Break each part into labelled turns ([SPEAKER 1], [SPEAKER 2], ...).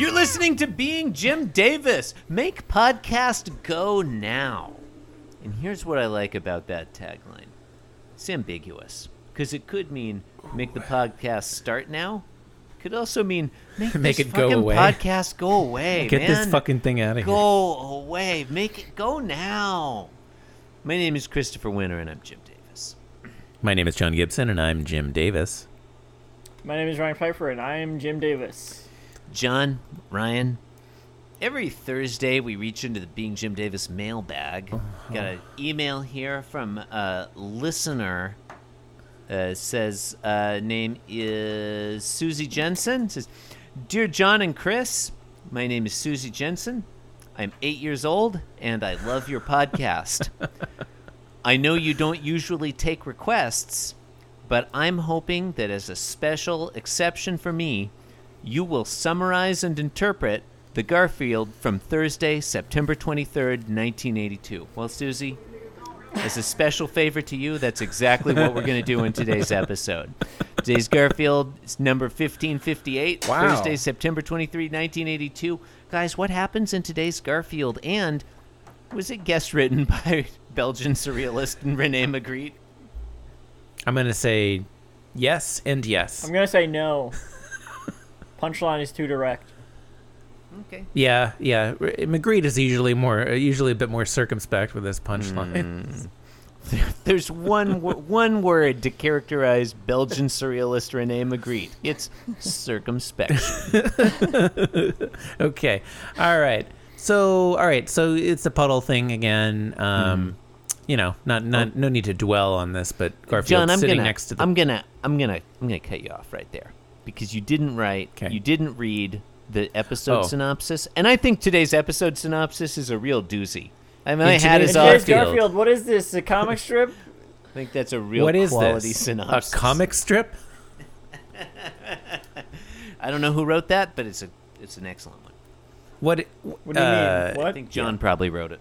[SPEAKER 1] listening to Being Jim Davis. Make podcast go now. And here's what I like about that tagline it's ambiguous because it could mean make the podcast start now. Could also mean make,
[SPEAKER 2] Make
[SPEAKER 1] this
[SPEAKER 2] it go
[SPEAKER 1] fucking
[SPEAKER 2] away.
[SPEAKER 1] Podcast go away.
[SPEAKER 2] Get this
[SPEAKER 1] man.
[SPEAKER 2] fucking thing out of here.
[SPEAKER 1] Go away. Make it go now. My name is Christopher Winter, and I'm Jim Davis.
[SPEAKER 2] My name is John Gibson, and I'm Jim Davis.
[SPEAKER 3] My name is Ryan Pfeiffer, and I am Jim Davis.
[SPEAKER 1] John, Ryan, every Thursday we reach into the Being Jim Davis mailbag. Got an email here from a listener. Uh, says uh, name is Susie Jensen. Says, dear John and Chris, my name is Susie Jensen. I'm eight years old and I love your podcast. I know you don't usually take requests, but I'm hoping that as a special exception for me, you will summarize and interpret the Garfield from Thursday, September 23rd, 1982. Well, Susie, as a special favor to you, that's exactly what we're going to do in today's episode. Today's Garfield is number 1558,
[SPEAKER 2] Wow.
[SPEAKER 1] Thursday, September 23, 1982. Guys, what happens in today's Garfield? And was it guest written by Belgian surrealist Rene Magritte?
[SPEAKER 2] I'm gonna say yes and yes.
[SPEAKER 3] I'm gonna say no. Punchline is too direct.
[SPEAKER 1] Okay.
[SPEAKER 2] yeah, yeah. R- Magritte is usually more, uh, usually a bit more circumspect with his punchline.
[SPEAKER 1] There's one wo- one word to characterize Belgian surrealist Rene Magritte. It's circumspection.
[SPEAKER 2] okay, all right. So, all right. So it's the puddle thing again. Um, You know, not, not, no need to dwell on this, but Garfield
[SPEAKER 1] Oh. John, I'm
[SPEAKER 2] sitting
[SPEAKER 1] gonna
[SPEAKER 2] next to the
[SPEAKER 1] I'm gonna I'm gonna I'm gonna cut you off right there because you didn't write
[SPEAKER 2] Okay.
[SPEAKER 1] you didn't read the episode
[SPEAKER 2] Oh.
[SPEAKER 1] synopsis, and I think today's episode synopsis is a real doozy. I mean, I
[SPEAKER 2] In
[SPEAKER 1] had
[SPEAKER 2] today's-
[SPEAKER 1] his
[SPEAKER 3] And
[SPEAKER 2] Garfield.
[SPEAKER 3] here's
[SPEAKER 1] off.
[SPEAKER 3] Garfield. What is this? A comic strip?
[SPEAKER 1] I think that's a real
[SPEAKER 2] what is
[SPEAKER 1] quality
[SPEAKER 2] this?
[SPEAKER 1] synopsis.
[SPEAKER 2] A comic strip?
[SPEAKER 1] I don't know who wrote that, but it's a it's an excellent one.
[SPEAKER 2] What?
[SPEAKER 3] What do you
[SPEAKER 2] uh,
[SPEAKER 3] mean? What?
[SPEAKER 1] I think John probably wrote it.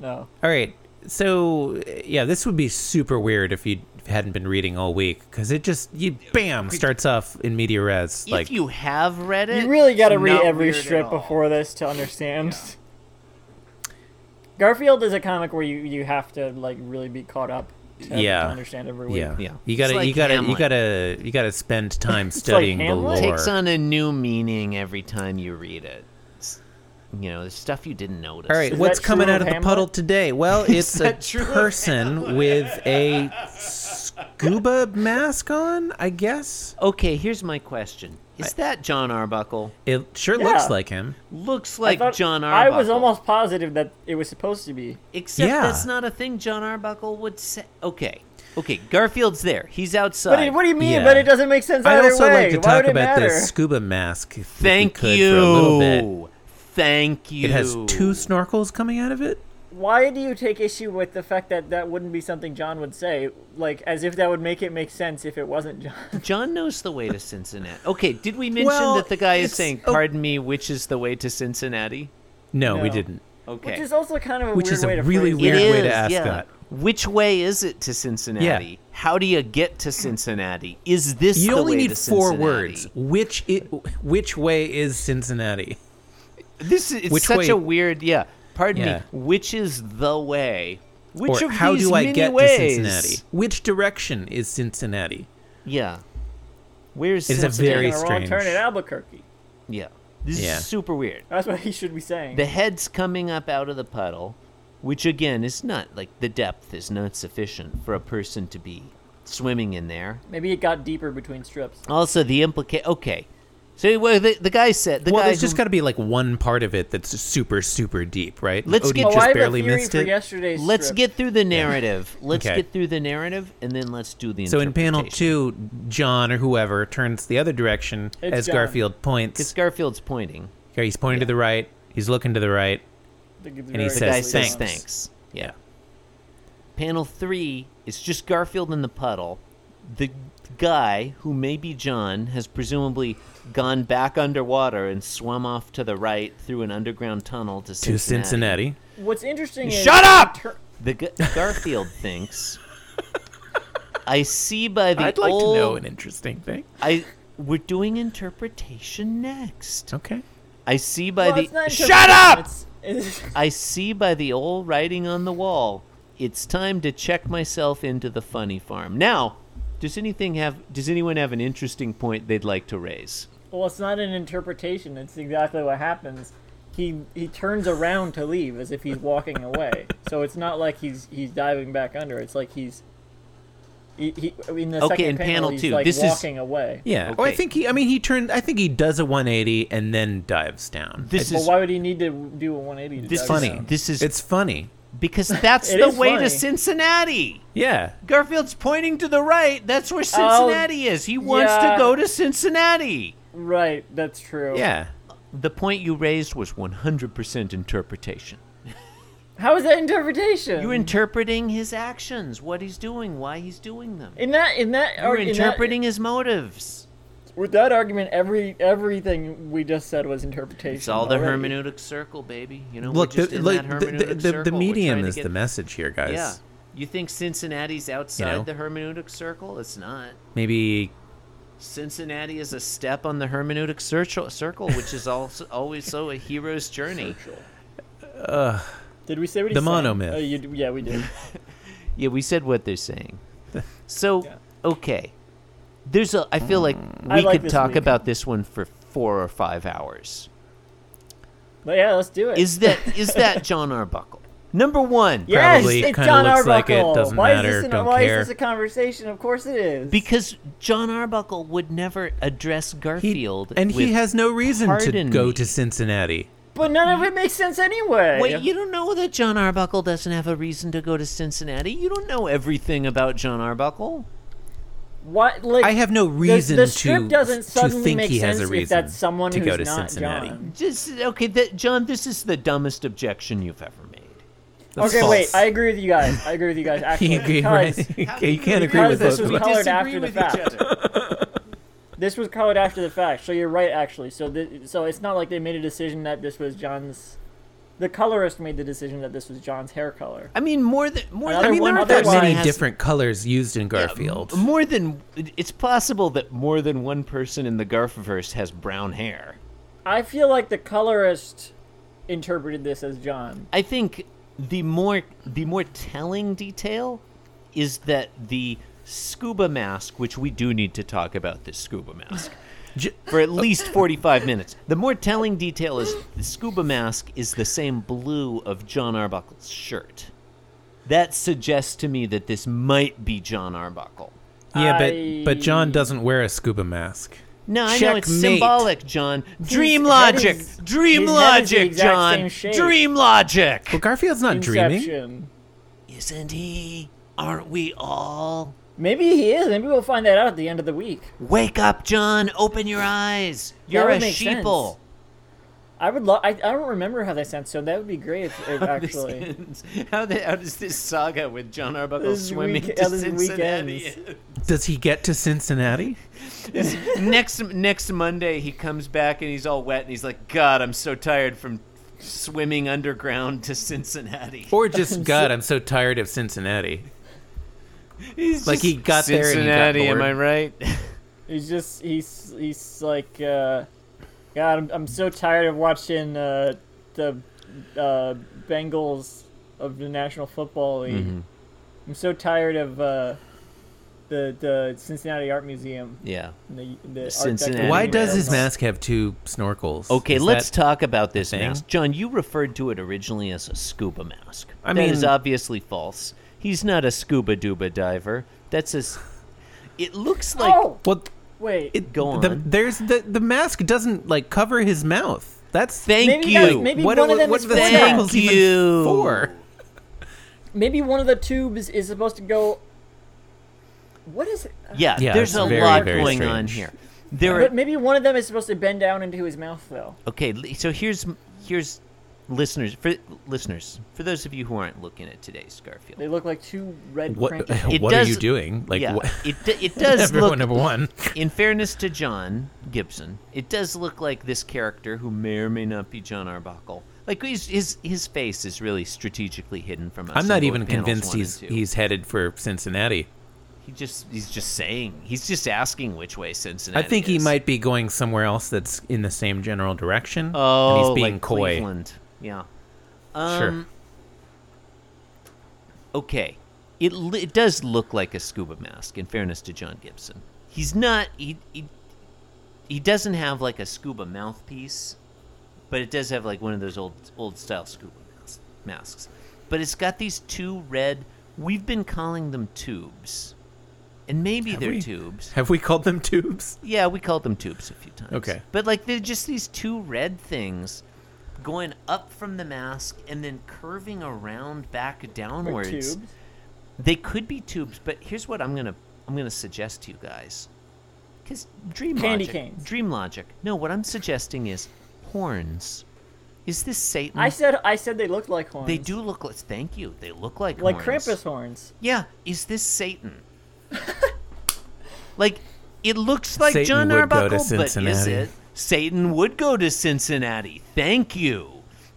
[SPEAKER 3] No.
[SPEAKER 2] All right. So yeah, this would be super weird if you hadn't been reading all week because it just you bam starts off in media res like
[SPEAKER 1] if you have read it,
[SPEAKER 3] You really got to
[SPEAKER 1] it's
[SPEAKER 3] read
[SPEAKER 1] not
[SPEAKER 3] every
[SPEAKER 1] weird at
[SPEAKER 3] strip
[SPEAKER 1] all.
[SPEAKER 3] before this to understand. Garfield is a comic where you, you have to like really be caught up to,
[SPEAKER 2] Yeah.
[SPEAKER 3] to understand every week.
[SPEAKER 2] yeah
[SPEAKER 1] Yeah.
[SPEAKER 2] you gotta
[SPEAKER 1] It's like
[SPEAKER 2] you gotta you
[SPEAKER 1] Hamlet.
[SPEAKER 2] gotta you gotta spend time studying the
[SPEAKER 3] Hamlet?
[SPEAKER 2] lore.
[SPEAKER 3] It
[SPEAKER 1] takes on a new meaning every time you read it. It's- you know, there's stuff you didn't notice.
[SPEAKER 2] all right,
[SPEAKER 3] Is
[SPEAKER 2] what's
[SPEAKER 3] that
[SPEAKER 2] coming
[SPEAKER 3] true
[SPEAKER 2] out of
[SPEAKER 3] of
[SPEAKER 2] the
[SPEAKER 3] Hamlet?
[SPEAKER 2] puddle today? Well, it's a
[SPEAKER 1] that true of
[SPEAKER 2] person with a scuba mask on, I guess.
[SPEAKER 1] Okay, here's my question: Is that John Arbuckle?
[SPEAKER 2] It sure
[SPEAKER 3] Yeah.
[SPEAKER 2] looks like him.
[SPEAKER 1] Looks
[SPEAKER 3] I
[SPEAKER 1] like
[SPEAKER 3] thought-
[SPEAKER 1] John
[SPEAKER 3] I
[SPEAKER 1] Arbuckle.
[SPEAKER 3] was almost positive that it was supposed to be.
[SPEAKER 1] except
[SPEAKER 2] Yeah.
[SPEAKER 1] that's not a thing John Arbuckle would say. Okay, okay, Garfield's there. He's
[SPEAKER 3] But
[SPEAKER 1] outside.
[SPEAKER 3] it, what do you mean?
[SPEAKER 2] Yeah.
[SPEAKER 3] But it doesn't make sense either
[SPEAKER 2] I'd also
[SPEAKER 3] way.
[SPEAKER 2] like to
[SPEAKER 3] Why
[SPEAKER 2] talk
[SPEAKER 3] would it
[SPEAKER 2] about
[SPEAKER 3] matter?
[SPEAKER 2] the scuba mask. if we
[SPEAKER 1] Thank
[SPEAKER 2] could
[SPEAKER 1] you.
[SPEAKER 2] For a little bit.
[SPEAKER 1] Thank you.
[SPEAKER 2] It has two snorkels coming out of it.
[SPEAKER 3] Why do you take issue with the fact that that wouldn't be something John would say? Like, as if that would make it make sense if it wasn't John.
[SPEAKER 1] John knows the way to Cincinnati. Okay, did we mention
[SPEAKER 2] Well,
[SPEAKER 1] that the guy is
[SPEAKER 2] it's-
[SPEAKER 1] saying,
[SPEAKER 2] oh.
[SPEAKER 1] "Pardon me, which is the way to Cincinnati"?
[SPEAKER 2] No, we
[SPEAKER 3] No.
[SPEAKER 2] didn't.
[SPEAKER 1] Okay,
[SPEAKER 3] Which is also kind of a
[SPEAKER 2] Which
[SPEAKER 3] weird
[SPEAKER 2] is a
[SPEAKER 3] way to
[SPEAKER 2] really
[SPEAKER 3] phrase it.
[SPEAKER 2] weird
[SPEAKER 1] It
[SPEAKER 2] way to
[SPEAKER 1] is,
[SPEAKER 2] ask that.
[SPEAKER 1] Which way is it to Cincinnati?
[SPEAKER 2] Yeah.
[SPEAKER 1] How do you get to Cincinnati? Is this
[SPEAKER 2] You
[SPEAKER 1] the
[SPEAKER 2] only
[SPEAKER 1] way
[SPEAKER 2] need
[SPEAKER 1] to
[SPEAKER 2] four
[SPEAKER 1] Cincinnati?
[SPEAKER 2] words. Which i which way is Cincinnati?
[SPEAKER 1] This is it's
[SPEAKER 2] Which
[SPEAKER 1] such
[SPEAKER 2] way-
[SPEAKER 1] a weird. Yeah, pardon
[SPEAKER 2] Yeah.
[SPEAKER 1] me. Which is the way? Which
[SPEAKER 2] or
[SPEAKER 1] of
[SPEAKER 2] how
[SPEAKER 1] these
[SPEAKER 2] do I
[SPEAKER 1] many
[SPEAKER 2] get
[SPEAKER 1] ways?
[SPEAKER 2] to Cincinnati? Which direction is Cincinnati?
[SPEAKER 1] Yeah, where's
[SPEAKER 2] It's a
[SPEAKER 1] Cincinnati?
[SPEAKER 2] very
[SPEAKER 3] Taking a wrong turn
[SPEAKER 2] strange.
[SPEAKER 3] at Albuquerque.
[SPEAKER 1] yeah. This
[SPEAKER 2] Yeah.
[SPEAKER 1] is super weird.
[SPEAKER 3] That's what he should be saying.
[SPEAKER 1] The head's coming up out of the puddle, which again is not like the depth is not sufficient for a person to be swimming in there.
[SPEAKER 3] Maybe it got deeper between strips.
[SPEAKER 1] Also, the implica Okay, so well, the, the guy said the
[SPEAKER 2] well,
[SPEAKER 1] guy
[SPEAKER 2] there's
[SPEAKER 1] who-
[SPEAKER 2] just got to be like one part of it that's super super deep, right?
[SPEAKER 1] Let's
[SPEAKER 2] Odie
[SPEAKER 1] get- Oh,
[SPEAKER 3] Oh,
[SPEAKER 2] just
[SPEAKER 3] I have
[SPEAKER 2] barely
[SPEAKER 3] a theory
[SPEAKER 2] missed
[SPEAKER 3] for
[SPEAKER 2] it.
[SPEAKER 3] yesterday's
[SPEAKER 1] Let's
[SPEAKER 3] strip.
[SPEAKER 1] get through the narrative. Let's
[SPEAKER 2] Okay.
[SPEAKER 1] get through the narrative, and then let's do the.
[SPEAKER 2] So in panel
[SPEAKER 1] interpretation.
[SPEAKER 2] two, John or whoever turns the other direction
[SPEAKER 3] It's
[SPEAKER 2] as
[SPEAKER 3] John.
[SPEAKER 2] Garfield
[SPEAKER 1] because
[SPEAKER 2] points.
[SPEAKER 1] Garfield's pointing,
[SPEAKER 2] Okay, he's pointing to the right. He's looking to the right.
[SPEAKER 3] The, the
[SPEAKER 2] he
[SPEAKER 3] very
[SPEAKER 1] the
[SPEAKER 2] says,
[SPEAKER 1] guy
[SPEAKER 3] nicely
[SPEAKER 1] says
[SPEAKER 2] "Thanks."
[SPEAKER 3] done.
[SPEAKER 1] thanks. Yeah. Panel three is just Garfield in the puddle. The guy who may be John has presumably gone back underwater and swum off to the right through an underground tunnel to Cincinnati.
[SPEAKER 2] To Cincinnati.
[SPEAKER 3] What's interesting is
[SPEAKER 1] Shut up!
[SPEAKER 3] Tur-
[SPEAKER 1] The G- Garfield thinks. I see by the
[SPEAKER 2] I'd like
[SPEAKER 1] old
[SPEAKER 2] to know an interesting thing.
[SPEAKER 1] I we're doing interpretation next.
[SPEAKER 2] Okay.
[SPEAKER 1] I see by
[SPEAKER 3] Well, it's
[SPEAKER 1] the
[SPEAKER 3] not
[SPEAKER 1] shut up.
[SPEAKER 3] interpretation, It's, it's,
[SPEAKER 1] I see by the old writing on the wall. It's time to check myself into the funny farm. Now, does anything have? Does anyone have an interesting point they'd like to raise?
[SPEAKER 3] well, it's not an interpretation. It's exactly what happens. He he turns around to leave as if he's walking away. so it's not like he's he's diving back under. It's like he's. He, he, in the
[SPEAKER 1] Okay,
[SPEAKER 3] second
[SPEAKER 1] in
[SPEAKER 3] panel,
[SPEAKER 1] panel
[SPEAKER 3] he's
[SPEAKER 1] two,
[SPEAKER 3] like
[SPEAKER 1] this is-
[SPEAKER 3] walking away.
[SPEAKER 2] Yeah. Oh, I
[SPEAKER 1] Okay.
[SPEAKER 2] think he. I mean, he turned. I think he does a 180 and then dives down.
[SPEAKER 1] This
[SPEAKER 3] Well,
[SPEAKER 1] is
[SPEAKER 3] why would he need to do a 180? To
[SPEAKER 1] this
[SPEAKER 3] dive
[SPEAKER 1] is
[SPEAKER 2] funny.
[SPEAKER 3] down?
[SPEAKER 1] This is
[SPEAKER 2] It's funny.
[SPEAKER 1] because that's
[SPEAKER 3] It
[SPEAKER 1] the
[SPEAKER 3] is
[SPEAKER 1] way
[SPEAKER 3] funny.
[SPEAKER 1] to Cincinnati.
[SPEAKER 2] Yeah.
[SPEAKER 1] Garfield's pointing to the right. That's where Cincinnati is. He wants
[SPEAKER 3] Oh, yeah.
[SPEAKER 1] to go to Cincinnati.
[SPEAKER 3] Right, that's true.
[SPEAKER 2] Yeah.
[SPEAKER 1] The point you raised was 100% interpretation.
[SPEAKER 3] How is that interpretation?
[SPEAKER 1] You're interpreting his actions, what he's doing, why he's doing them.
[SPEAKER 3] in that in that
[SPEAKER 1] You're
[SPEAKER 3] ar- in that-
[SPEAKER 1] interpreting his motives.
[SPEAKER 3] with that argument. Every everything we just said was interpretation.
[SPEAKER 1] It's all the
[SPEAKER 3] already.
[SPEAKER 1] hermeneutic circle, baby. You know,
[SPEAKER 2] Look,
[SPEAKER 1] we're
[SPEAKER 2] the,
[SPEAKER 1] just in
[SPEAKER 2] like,
[SPEAKER 1] that
[SPEAKER 2] the,
[SPEAKER 1] hermeneutic
[SPEAKER 2] the, the- the
[SPEAKER 1] circle. We're trying
[SPEAKER 2] medium
[SPEAKER 1] to
[SPEAKER 2] is
[SPEAKER 1] get-
[SPEAKER 2] the message here, guys.
[SPEAKER 1] Yeah. You think Cincinnati's outside
[SPEAKER 2] know?
[SPEAKER 1] the hermeneutic circle? It's not.
[SPEAKER 2] Maybe
[SPEAKER 1] Cincinnati is a step on the hermeneutic circle, circle which is also always so a hero's journey.
[SPEAKER 3] Did we say what he
[SPEAKER 2] The
[SPEAKER 3] said?
[SPEAKER 2] monomyth.
[SPEAKER 3] Oh, you, yeah, we did.
[SPEAKER 1] Yeah, we said what they're saying. So, okay. There's a I feel like
[SPEAKER 3] Mm. I
[SPEAKER 1] we
[SPEAKER 3] like
[SPEAKER 1] could
[SPEAKER 3] this
[SPEAKER 1] talk
[SPEAKER 3] week.
[SPEAKER 1] about this one for 4 or 5 hours.
[SPEAKER 3] But yeah, let's do it.
[SPEAKER 1] Is that is that John Arbuckle? Number 1.
[SPEAKER 3] yes,
[SPEAKER 2] Probably
[SPEAKER 3] it's
[SPEAKER 2] kinda
[SPEAKER 3] John
[SPEAKER 2] looks like it,
[SPEAKER 3] Arbuckle.
[SPEAKER 2] doesn't
[SPEAKER 3] why
[SPEAKER 2] matter,
[SPEAKER 3] Is this an,
[SPEAKER 2] don't
[SPEAKER 3] why
[SPEAKER 2] care.
[SPEAKER 3] is this a conversation? Of course it is.
[SPEAKER 1] Because John Arbuckle would never address Garfield
[SPEAKER 2] and he
[SPEAKER 1] with-
[SPEAKER 2] has no reason to
[SPEAKER 1] "Pardon
[SPEAKER 2] go
[SPEAKER 1] me."
[SPEAKER 2] to Cincinnati.
[SPEAKER 3] but none of it makes sense anyway.
[SPEAKER 1] Wait, you don't know that John Arbuckle doesn't have a reason to go to Cincinnati? You don't know everything about John Arbuckle.
[SPEAKER 3] what? Like
[SPEAKER 2] I have no
[SPEAKER 3] the,
[SPEAKER 2] reason
[SPEAKER 3] the script
[SPEAKER 2] to
[SPEAKER 3] doesn't suddenly
[SPEAKER 2] to think
[SPEAKER 3] make
[SPEAKER 2] he
[SPEAKER 3] sense
[SPEAKER 2] has a
[SPEAKER 3] if
[SPEAKER 2] reason
[SPEAKER 3] that's someone
[SPEAKER 2] to
[SPEAKER 3] who's
[SPEAKER 2] go to
[SPEAKER 3] not
[SPEAKER 2] Cincinnati.
[SPEAKER 3] John.
[SPEAKER 1] Just okay, that, John. This is the dumbest objection you've ever made.
[SPEAKER 2] That's
[SPEAKER 3] okay, wait.
[SPEAKER 2] false.
[SPEAKER 3] I agree with you guys. I agree with you guys. Actually,
[SPEAKER 2] He agree,
[SPEAKER 3] because-
[SPEAKER 2] right? you can't agree
[SPEAKER 3] because
[SPEAKER 2] with
[SPEAKER 3] this
[SPEAKER 2] both
[SPEAKER 3] was
[SPEAKER 2] of us.
[SPEAKER 3] colored after the fact. This was colored after the fact, so you're right actually. So th- so it's not like they made a decision that this was John's. The colorist made the decision that this was John's hair color.
[SPEAKER 1] I mean, more than more
[SPEAKER 3] Another
[SPEAKER 2] I
[SPEAKER 1] than
[SPEAKER 2] mean, there
[SPEAKER 1] one
[SPEAKER 2] aren't that
[SPEAKER 1] person
[SPEAKER 2] many
[SPEAKER 1] has-
[SPEAKER 2] different colors used in Garfield.
[SPEAKER 1] More than it's possible that more than one person in the Garfiverse has brown hair.
[SPEAKER 3] I feel like the colorist interpreted this as John.
[SPEAKER 1] I think the more the more telling detail is that the scuba mask, which we do need to talk about this scuba mask.
[SPEAKER 2] J-
[SPEAKER 1] for at least 45 minutes. The more telling detail is the scuba mask is the same blue of John Arbuckle's shirt. That suggests to me that this might be John Arbuckle.
[SPEAKER 2] yeah, but
[SPEAKER 3] I-
[SPEAKER 2] but John doesn't wear a scuba mask.
[SPEAKER 1] No, I know it's
[SPEAKER 2] Checkmate.
[SPEAKER 1] symbolic, John. Dream
[SPEAKER 3] head
[SPEAKER 1] logic.
[SPEAKER 3] is-
[SPEAKER 1] Dream
[SPEAKER 3] his head is the
[SPEAKER 1] logic,
[SPEAKER 3] exact
[SPEAKER 1] John.
[SPEAKER 3] same shape.
[SPEAKER 1] Dream
[SPEAKER 2] Well,
[SPEAKER 1] logic.
[SPEAKER 2] Garfield's not dreaming.
[SPEAKER 3] Inception.
[SPEAKER 1] Isn't he? Aren't we all?
[SPEAKER 3] Maybe he is. Maybe we'll find that out at the end of the week.
[SPEAKER 1] Wake up, John. Open your eyes. You're
[SPEAKER 3] would
[SPEAKER 1] a
[SPEAKER 3] make sense.
[SPEAKER 1] sheeple.
[SPEAKER 3] I would love. I, I don't remember how they sounds, so that would be great if, if actually.
[SPEAKER 1] This ends. How, the, how does this saga with John Arbuckle
[SPEAKER 3] This
[SPEAKER 1] swimming
[SPEAKER 3] week-
[SPEAKER 1] to
[SPEAKER 3] this
[SPEAKER 1] Cincinnati?
[SPEAKER 3] weekends.
[SPEAKER 2] Does he get to Cincinnati?
[SPEAKER 1] next next Monday, he comes back and he's all wet and he's like, "God, I'm so tired from swimming underground to Cincinnati."
[SPEAKER 2] Or just God, I'm so tired of Cincinnati.
[SPEAKER 1] He's
[SPEAKER 2] Like,
[SPEAKER 1] just-
[SPEAKER 2] he got there and he got
[SPEAKER 1] Cincinnati.
[SPEAKER 2] bored.
[SPEAKER 1] am I right?
[SPEAKER 3] He's just he's he's like uh, God. I'm, I'm so tired of watching uh, the uh, Bengals of the National Football League.
[SPEAKER 2] Mm-hmm.
[SPEAKER 3] I'm so tired of uh, the the Cincinnati Art Museum.
[SPEAKER 1] yeah.
[SPEAKER 3] And the, the Art Deco
[SPEAKER 1] Cincinnati
[SPEAKER 2] Why
[SPEAKER 1] Anyway,
[SPEAKER 2] does
[SPEAKER 1] that's-
[SPEAKER 2] his mask have two snorkels?
[SPEAKER 1] Okay,
[SPEAKER 2] Is
[SPEAKER 1] let's
[SPEAKER 2] that-
[SPEAKER 1] talk about this
[SPEAKER 2] thing?
[SPEAKER 1] mask. John, you referred to it originally as a scuba mask.
[SPEAKER 2] I
[SPEAKER 1] That is
[SPEAKER 2] mean-
[SPEAKER 1] obviously false. He's not a scuba duba diver. That's a. s- It looks like
[SPEAKER 3] oh
[SPEAKER 2] Well,
[SPEAKER 3] wait,
[SPEAKER 2] it,
[SPEAKER 1] Go
[SPEAKER 2] The,
[SPEAKER 1] on.
[SPEAKER 2] there's the the mask doesn't like cover his mouth. That's
[SPEAKER 1] Thank
[SPEAKER 3] Maybe
[SPEAKER 1] you.
[SPEAKER 3] that's- maybe
[SPEAKER 2] what
[SPEAKER 3] one
[SPEAKER 2] are-
[SPEAKER 3] of them
[SPEAKER 2] what
[SPEAKER 3] is
[SPEAKER 2] are the
[SPEAKER 3] for that.
[SPEAKER 2] snorkels
[SPEAKER 1] Thank
[SPEAKER 2] even
[SPEAKER 1] you.
[SPEAKER 2] for?
[SPEAKER 3] maybe one of the tubes is supposed to go. What is it?
[SPEAKER 1] Yeah,
[SPEAKER 2] Yeah,
[SPEAKER 1] there's
[SPEAKER 2] it's
[SPEAKER 1] a
[SPEAKER 2] very,
[SPEAKER 1] lot
[SPEAKER 2] very
[SPEAKER 1] going on
[SPEAKER 2] strange.
[SPEAKER 1] here. There
[SPEAKER 3] But
[SPEAKER 1] are,
[SPEAKER 3] maybe one of them is supposed to bend down into his mouth, though.
[SPEAKER 1] okay, li- so here's here's listeners for listeners for those of you who aren't looking at today's Garfield.
[SPEAKER 3] They look like two red.
[SPEAKER 2] What
[SPEAKER 3] cranky-
[SPEAKER 2] what
[SPEAKER 1] does-
[SPEAKER 2] are you doing? Like
[SPEAKER 1] yeah,
[SPEAKER 2] what?
[SPEAKER 1] it d- it does
[SPEAKER 2] Everyone
[SPEAKER 1] look.
[SPEAKER 2] number one.
[SPEAKER 1] In fairness to John Gibson, it does look like this character who may or may not be John Arbuckle. Like his his, his face is really strategically hidden from us.
[SPEAKER 2] I'm not
[SPEAKER 1] in both
[SPEAKER 2] even
[SPEAKER 1] panels
[SPEAKER 2] convinced
[SPEAKER 1] one and
[SPEAKER 2] he's
[SPEAKER 1] two.
[SPEAKER 2] he's headed for Cincinnati.
[SPEAKER 1] He just he's just saying he's just asking which way
[SPEAKER 2] I
[SPEAKER 1] Cincinnati.
[SPEAKER 2] think he
[SPEAKER 1] is.
[SPEAKER 2] might be going somewhere else that's in the same general direction.
[SPEAKER 1] Oh,
[SPEAKER 2] and he's being
[SPEAKER 1] like
[SPEAKER 2] coy.
[SPEAKER 1] Cleveland. Yeah.
[SPEAKER 2] Sure.
[SPEAKER 1] Um, Okay. It li- it does look like a scuba mask. In fairness to John Gibson, he's not he he he doesn't have like a scuba mouthpiece, but it does have like one of those old old style scuba mas- masks. But it's got these two red. We've been calling them tubes, and maybe they're
[SPEAKER 2] we?
[SPEAKER 1] tubes.
[SPEAKER 2] Have we called them tubes?
[SPEAKER 1] Yeah, we called them tubes a few times.
[SPEAKER 2] Okay.
[SPEAKER 1] But like they're just these two red things going up from the mask and then curving around back
[SPEAKER 3] Like
[SPEAKER 1] downwards.
[SPEAKER 3] tubes.
[SPEAKER 1] They could be tubes, but here's what I'm gonna I'm gonna suggest to you guys. Cause dream
[SPEAKER 3] Candy
[SPEAKER 1] logic.
[SPEAKER 3] canes.
[SPEAKER 1] Dream logic. No, what I'm suggesting is horns. Is this Satan?
[SPEAKER 3] I said I said they looked like horns.
[SPEAKER 1] they do look like thank you. They look like
[SPEAKER 3] like
[SPEAKER 1] horns.
[SPEAKER 3] Krampus horns.
[SPEAKER 1] Yeah, is this Satan? like, it looks like
[SPEAKER 2] Satan
[SPEAKER 1] John
[SPEAKER 2] would go to
[SPEAKER 1] Arbuckle, but is
[SPEAKER 2] Cincinnati.
[SPEAKER 1] it? Satan would go to Cincinnati. Thank you.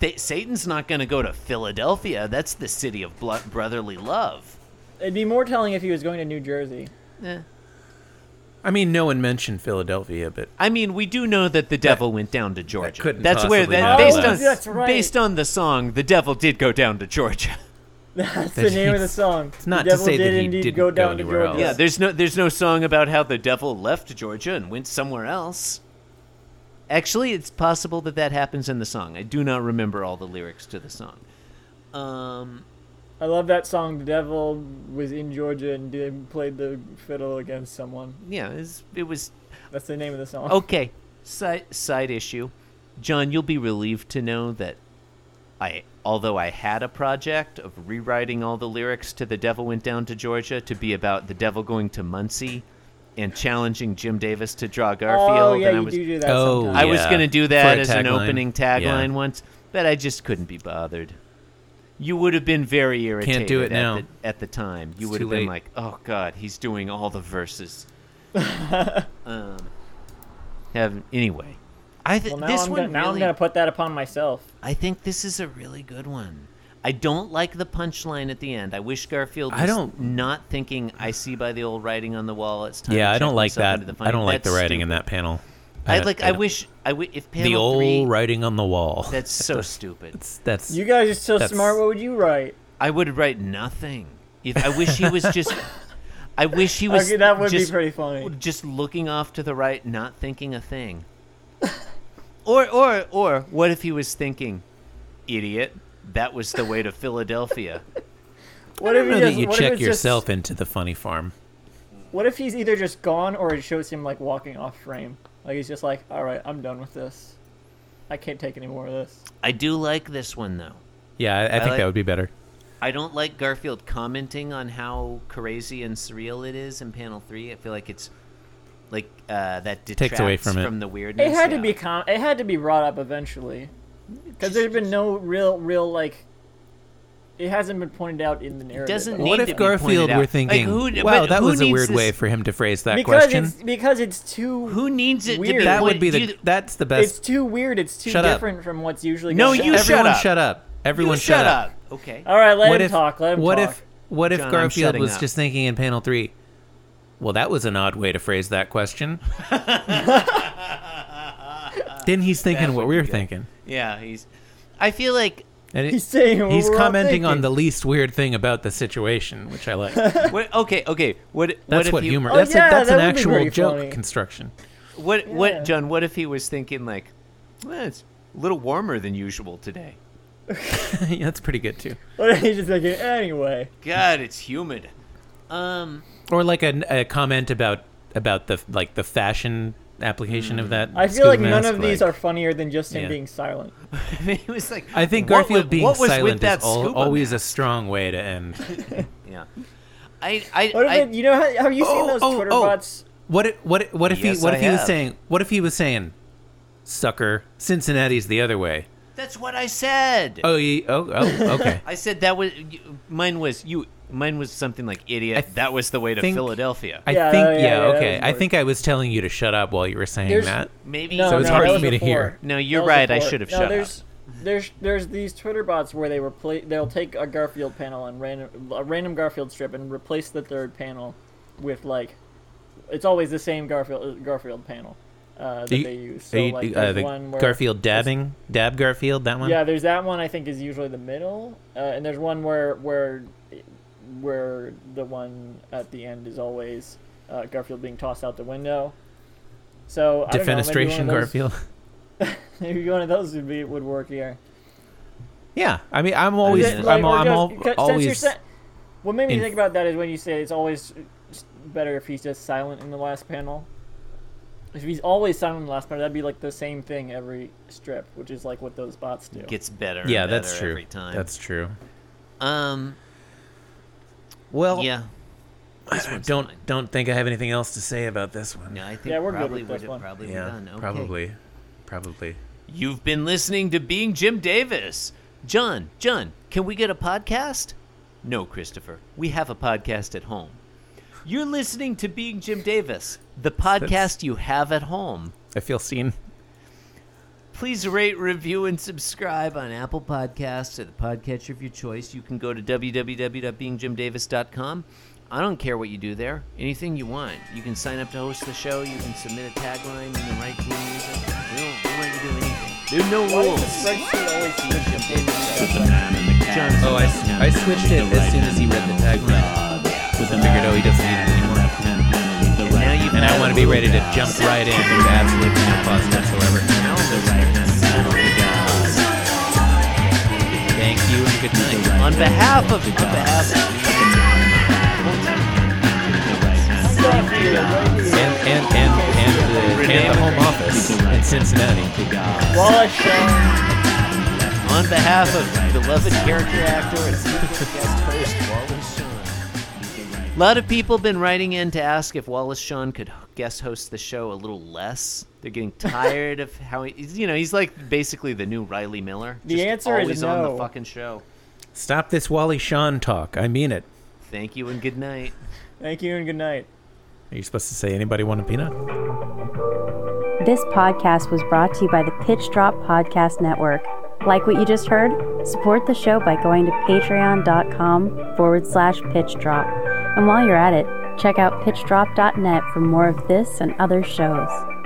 [SPEAKER 1] Th- Satan's not going to go to Philadelphia. That's the city of blo- brotherly love.
[SPEAKER 3] It'd be more telling if he was going to New Jersey.
[SPEAKER 1] Eh.
[SPEAKER 2] I mean, no one mentioned Philadelphia, but
[SPEAKER 1] I mean, we do know that the devil went down to Georgia.
[SPEAKER 2] couldn't
[SPEAKER 1] that's where
[SPEAKER 2] possibly
[SPEAKER 1] that
[SPEAKER 2] not
[SPEAKER 1] based
[SPEAKER 2] be
[SPEAKER 1] on
[SPEAKER 2] less.
[SPEAKER 3] That's right.
[SPEAKER 1] based on the song, the devil did go down to Georgia.
[SPEAKER 3] That's
[SPEAKER 2] That
[SPEAKER 3] the name of the
[SPEAKER 2] he's-
[SPEAKER 3] song.
[SPEAKER 2] not to
[SPEAKER 3] the devil
[SPEAKER 2] say that
[SPEAKER 3] did
[SPEAKER 2] he
[SPEAKER 3] indeed
[SPEAKER 2] didn't go
[SPEAKER 3] go down to
[SPEAKER 2] anywhere
[SPEAKER 3] Georgia.
[SPEAKER 2] else.
[SPEAKER 1] Yeah, there's no there's no song about how the devil left Georgia and went somewhere else. Actually, it's possible that that happens in the song. I do not remember all the lyrics to the song. Um,
[SPEAKER 3] I love that song. The devil was in Georgia and did, played the fiddle against someone.
[SPEAKER 1] yeah, it was, it was
[SPEAKER 3] That's the name of the song.
[SPEAKER 2] Oh,
[SPEAKER 1] okay. Side side issue, John, you'll be relieved to know that I, although I had a project of rewriting all the lyrics to "The Devil Went Down to Georgia" to be about the devil going to Muncie and challenging Jim Davis to draw Garfield,
[SPEAKER 3] oh yeah,
[SPEAKER 1] and I
[SPEAKER 3] you
[SPEAKER 1] was
[SPEAKER 3] do do that.
[SPEAKER 2] Oh,
[SPEAKER 3] sometimes.
[SPEAKER 1] I was
[SPEAKER 2] Yeah,
[SPEAKER 1] gonna do
[SPEAKER 2] for
[SPEAKER 1] that
[SPEAKER 2] a
[SPEAKER 1] as an
[SPEAKER 2] tagline.
[SPEAKER 1] opening
[SPEAKER 2] Yeah.
[SPEAKER 1] tagline once, but I just couldn't be bothered. You would have been very irritated
[SPEAKER 2] do
[SPEAKER 1] at,
[SPEAKER 2] it now.
[SPEAKER 1] The, at the time. You
[SPEAKER 2] It's
[SPEAKER 1] would
[SPEAKER 2] too
[SPEAKER 1] have been
[SPEAKER 2] late.
[SPEAKER 1] like, "Oh God, he's doing all the verses." um, have, anyway, I th-
[SPEAKER 3] Well, now
[SPEAKER 1] this
[SPEAKER 3] I'm
[SPEAKER 1] one
[SPEAKER 3] gonna, now
[SPEAKER 1] really,
[SPEAKER 3] I'm gonna put that upon myself.
[SPEAKER 1] I think this is a really good one. I don't like the punchline at the end. I wish Garfield was
[SPEAKER 2] I don't-
[SPEAKER 1] not thinking. I see by the old writing on the wall. It's time.
[SPEAKER 2] yeah,
[SPEAKER 1] to
[SPEAKER 2] I
[SPEAKER 1] check
[SPEAKER 2] don't like
[SPEAKER 1] myself
[SPEAKER 2] that.
[SPEAKER 1] into The
[SPEAKER 2] I don't like the
[SPEAKER 1] That's
[SPEAKER 2] writing in
[SPEAKER 1] stupid.
[SPEAKER 2] that panel.
[SPEAKER 1] I
[SPEAKER 2] don't-
[SPEAKER 1] like. I,
[SPEAKER 2] don't-
[SPEAKER 1] wish. I w- if panel
[SPEAKER 2] the old
[SPEAKER 1] three,
[SPEAKER 2] writing on the wall.
[SPEAKER 1] That's
[SPEAKER 2] That
[SPEAKER 1] so
[SPEAKER 2] does-
[SPEAKER 1] stupid.
[SPEAKER 2] That's, that's
[SPEAKER 3] You guys are so
[SPEAKER 2] That's-
[SPEAKER 3] smart. What would you write?
[SPEAKER 1] I would write nothing. If I wish he was just, I wish he was.
[SPEAKER 3] Okay, that would
[SPEAKER 1] just,
[SPEAKER 3] be pretty funny.
[SPEAKER 1] Just looking off to the right, not thinking a thing. Or, or, or, what if he was thinking, idiot? That was the way to Philadelphia.
[SPEAKER 3] What
[SPEAKER 2] I don't
[SPEAKER 3] if
[SPEAKER 2] know
[SPEAKER 3] he
[SPEAKER 2] that
[SPEAKER 3] just,
[SPEAKER 2] you
[SPEAKER 3] what if
[SPEAKER 2] check
[SPEAKER 3] it's just-
[SPEAKER 2] yourself into the funny farm.
[SPEAKER 3] What if he's either just gone or it shows him like walking off frame? Like he's just like, all right, I'm done with this. I can't take any more of this.
[SPEAKER 1] I do like this one though.
[SPEAKER 2] Yeah, I, I think
[SPEAKER 1] like-
[SPEAKER 2] that would be better.
[SPEAKER 1] I don't like Garfield commenting on how crazy and surreal it is in panel three. I feel like it's like uh, that detracts
[SPEAKER 2] away from it.
[SPEAKER 1] the weirdness.
[SPEAKER 3] It had
[SPEAKER 1] yeah.
[SPEAKER 3] to be com- it had to be brought up eventually, because there's been no real real like. It hasn't been pointed out in the narrative.
[SPEAKER 1] doesn't
[SPEAKER 3] at all.
[SPEAKER 1] need
[SPEAKER 2] What
[SPEAKER 1] to
[SPEAKER 2] if
[SPEAKER 1] be pointed
[SPEAKER 2] Garfield
[SPEAKER 1] out.
[SPEAKER 2] were
[SPEAKER 1] Like,
[SPEAKER 2] thinking,
[SPEAKER 1] who-
[SPEAKER 2] "Wow,
[SPEAKER 1] but
[SPEAKER 2] that
[SPEAKER 1] who
[SPEAKER 2] was a
[SPEAKER 1] needs
[SPEAKER 2] weird
[SPEAKER 1] this-
[SPEAKER 2] way for him to phrase that
[SPEAKER 3] because
[SPEAKER 2] question"?
[SPEAKER 3] it's because it's too
[SPEAKER 1] Who needs it to
[SPEAKER 3] Weird.
[SPEAKER 1] be
[SPEAKER 2] that would
[SPEAKER 1] pointed-
[SPEAKER 2] be the.
[SPEAKER 1] do you-
[SPEAKER 2] that's the
[SPEAKER 3] it's
[SPEAKER 2] best.
[SPEAKER 3] too weird. It's too
[SPEAKER 2] Shut up.
[SPEAKER 3] different from what's usually.
[SPEAKER 1] No,
[SPEAKER 3] going
[SPEAKER 1] you
[SPEAKER 3] on.
[SPEAKER 1] shut
[SPEAKER 2] Everyone,
[SPEAKER 1] up.
[SPEAKER 2] shut up! Everyone,
[SPEAKER 1] You
[SPEAKER 2] shut up!
[SPEAKER 1] Okay.
[SPEAKER 3] All right, let
[SPEAKER 2] what
[SPEAKER 3] him
[SPEAKER 2] if,
[SPEAKER 3] talk. Let him
[SPEAKER 2] what
[SPEAKER 3] talk.
[SPEAKER 2] if what if
[SPEAKER 1] John, I'm
[SPEAKER 2] Garfield
[SPEAKER 1] shutting
[SPEAKER 2] was
[SPEAKER 1] up.
[SPEAKER 2] just thinking in panel three? Well, that was an odd way to phrase that question. then he's thinking
[SPEAKER 1] That
[SPEAKER 2] what
[SPEAKER 1] would
[SPEAKER 2] we
[SPEAKER 1] be
[SPEAKER 2] were
[SPEAKER 1] good.
[SPEAKER 2] thinking,
[SPEAKER 1] Yeah, he's. I feel like
[SPEAKER 2] and it-
[SPEAKER 3] he's saying what
[SPEAKER 2] he's
[SPEAKER 3] we're all
[SPEAKER 2] commenting on
[SPEAKER 3] thinking.
[SPEAKER 2] the least weird thing about the situation, which I like. That's
[SPEAKER 1] what, okay, okay. What what
[SPEAKER 2] what,
[SPEAKER 1] if he,
[SPEAKER 2] humor.
[SPEAKER 3] Oh,
[SPEAKER 2] that's
[SPEAKER 3] yeah,
[SPEAKER 2] a, that's
[SPEAKER 3] that
[SPEAKER 2] an
[SPEAKER 3] would be
[SPEAKER 2] actual
[SPEAKER 3] very
[SPEAKER 2] joke
[SPEAKER 3] funny.
[SPEAKER 2] construction.
[SPEAKER 1] What what
[SPEAKER 3] Yeah.
[SPEAKER 1] John? What if he was thinking like, well, it's a little warmer than usual today.
[SPEAKER 2] yeah, that's pretty good too.
[SPEAKER 3] What if he's just thinking anyway?
[SPEAKER 1] God, it's humid. Um,
[SPEAKER 2] Or like a, a comment about about the like the fashion application
[SPEAKER 1] Hmm.
[SPEAKER 2] of that.
[SPEAKER 3] I feel
[SPEAKER 2] scuba
[SPEAKER 3] like none
[SPEAKER 2] mask,
[SPEAKER 3] of these
[SPEAKER 2] like-
[SPEAKER 3] are funnier than just him
[SPEAKER 2] Yeah.
[SPEAKER 3] being silent.
[SPEAKER 1] it was like
[SPEAKER 2] I think
[SPEAKER 1] what wa-
[SPEAKER 2] Garfield being
[SPEAKER 1] what was
[SPEAKER 2] silent
[SPEAKER 1] with that
[SPEAKER 2] is al-
[SPEAKER 1] scuba
[SPEAKER 2] always a
[SPEAKER 1] mask?
[SPEAKER 2] strong way to end.
[SPEAKER 1] yeah. I I,
[SPEAKER 3] What if
[SPEAKER 1] I
[SPEAKER 3] it, you know? How, have you seen
[SPEAKER 2] Oh,
[SPEAKER 3] those
[SPEAKER 2] oh,
[SPEAKER 3] Twitter
[SPEAKER 2] oh.
[SPEAKER 3] bots?
[SPEAKER 2] What if, what if- what if
[SPEAKER 1] Yes,
[SPEAKER 2] he what
[SPEAKER 1] I
[SPEAKER 2] if he was
[SPEAKER 1] have.
[SPEAKER 2] saying what if he was saying, sucker, Cincinnati's the other way.
[SPEAKER 1] that's what I said.
[SPEAKER 2] Oh, ye oh, oh okay.
[SPEAKER 1] I said that was you- mine was you. Mine was something like idiot.
[SPEAKER 2] I th-
[SPEAKER 1] that was the way to
[SPEAKER 2] think-
[SPEAKER 1] Philadelphia.
[SPEAKER 2] I
[SPEAKER 3] Yeah,
[SPEAKER 2] think
[SPEAKER 3] yeah,
[SPEAKER 2] yeah,
[SPEAKER 3] yeah, that
[SPEAKER 2] okay.
[SPEAKER 3] was
[SPEAKER 2] I
[SPEAKER 3] worse.
[SPEAKER 2] think I was telling you to shut up while you were saying
[SPEAKER 3] There's-
[SPEAKER 2] that.
[SPEAKER 1] Maybe
[SPEAKER 3] No,
[SPEAKER 2] So it's
[SPEAKER 3] no,
[SPEAKER 2] hard
[SPEAKER 3] that
[SPEAKER 2] for
[SPEAKER 3] was
[SPEAKER 2] me to
[SPEAKER 3] before.
[SPEAKER 2] hear.
[SPEAKER 1] No,
[SPEAKER 3] That
[SPEAKER 1] you're
[SPEAKER 3] was
[SPEAKER 1] right. I
[SPEAKER 3] before.
[SPEAKER 1] should have
[SPEAKER 3] no,
[SPEAKER 1] shut
[SPEAKER 3] there's, There's there's these Twitter bots where they replace they'll take a Garfield panel and random a random Garfield strip and replace the third panel with like it's always the same Garfield Garfield panel uh, that
[SPEAKER 2] Are you-
[SPEAKER 3] they use.
[SPEAKER 2] Are
[SPEAKER 3] So
[SPEAKER 2] you-
[SPEAKER 3] like
[SPEAKER 2] uh,
[SPEAKER 3] there's
[SPEAKER 2] the
[SPEAKER 3] one where
[SPEAKER 2] Garfield dabbing, dab Garfield, that one.
[SPEAKER 3] Yeah, there's that one. I think is usually the middle, uh, and there's one where where where the one at the end is always uh, Garfield being tossed out the window. So I don't know, maybe one
[SPEAKER 2] Defenestration
[SPEAKER 3] of those-
[SPEAKER 2] Garfield.
[SPEAKER 3] Maybe one of those would be would work here.
[SPEAKER 2] Yeah, I mean, I'm always,
[SPEAKER 1] Yeah,
[SPEAKER 2] I'm,
[SPEAKER 3] or
[SPEAKER 2] I'm
[SPEAKER 3] just-
[SPEAKER 2] al-
[SPEAKER 3] because- since you're
[SPEAKER 2] always.
[SPEAKER 3] sa- what made me
[SPEAKER 2] in-
[SPEAKER 3] think about that is when you say it's always better if he's just silent in the last panel. If he's always silent in the last panel, that'd be like the same thing every strip, which is like what those bots do.
[SPEAKER 1] Gets better. and
[SPEAKER 2] Yeah, that's
[SPEAKER 1] better
[SPEAKER 2] true.
[SPEAKER 1] Every time.
[SPEAKER 2] That's true.
[SPEAKER 1] um.
[SPEAKER 2] Well,
[SPEAKER 1] Yeah. This one's
[SPEAKER 2] don't
[SPEAKER 1] fine.
[SPEAKER 2] don't think I have anything else to say about this one.
[SPEAKER 1] No, I think
[SPEAKER 3] Yeah, we're good
[SPEAKER 1] probably
[SPEAKER 3] with
[SPEAKER 1] we're
[SPEAKER 3] this
[SPEAKER 1] d-
[SPEAKER 3] one.
[SPEAKER 1] probably
[SPEAKER 2] yeah,
[SPEAKER 1] we're done. Okay.
[SPEAKER 2] probably, probably.
[SPEAKER 1] You've been listening to Being Jim Davis. John, John, can we get a podcast? No, Christopher. We have a podcast at home. You're listening to Being Jim Davis, the podcast you have at home.
[SPEAKER 2] I feel seen.
[SPEAKER 1] Please rate, review, and subscribe on Apple Podcasts or the podcatcher of your choice. You can go to www.beingjimdavis.com. I don't care what you do there. Anything you want. You can sign up to host the show. You can submit a tagline and then write to music. We don't we want you to do anything. There are no
[SPEAKER 3] Why does the
[SPEAKER 1] rules.
[SPEAKER 3] spreadsheet always switch from page to page?
[SPEAKER 1] Johnson.
[SPEAKER 2] Oh, I, I switched it as soon as he read the tagline. I figured, oh, he doesn't need it anymore.
[SPEAKER 1] And now you
[SPEAKER 2] And I want to be ready to jump right in with absolutely no fuss whatsoever. Thank you and good night.
[SPEAKER 1] on behalf of on behalf of
[SPEAKER 2] and and and and the, and the home office in Cincinnati.
[SPEAKER 3] Wallace Shawn,
[SPEAKER 1] on behalf of beloved character actor and frequent guest host Wallace Shawn. A lot of people have been writing in to ask if Wallace Shawn could guest host the show a little less. They're getting tired of how he, you know, he's like basically the new Riley Miller.
[SPEAKER 3] The
[SPEAKER 1] Just
[SPEAKER 3] answer
[SPEAKER 1] always
[SPEAKER 3] is
[SPEAKER 1] on the
[SPEAKER 3] no.
[SPEAKER 1] fucking show.
[SPEAKER 2] Stop this Wally Shawn talk. I mean it.
[SPEAKER 1] Thank you and good night.
[SPEAKER 3] Thank you and good night.
[SPEAKER 2] Are you supposed to say anybody want a peanut?
[SPEAKER 4] This podcast was brought to you by the Pitch Drop Podcast Network. Like what you just heard? Support the show by going to patreon.com forward slash pitch drop. And while you're at it, check out pitchdrop.net for more of this and other shows.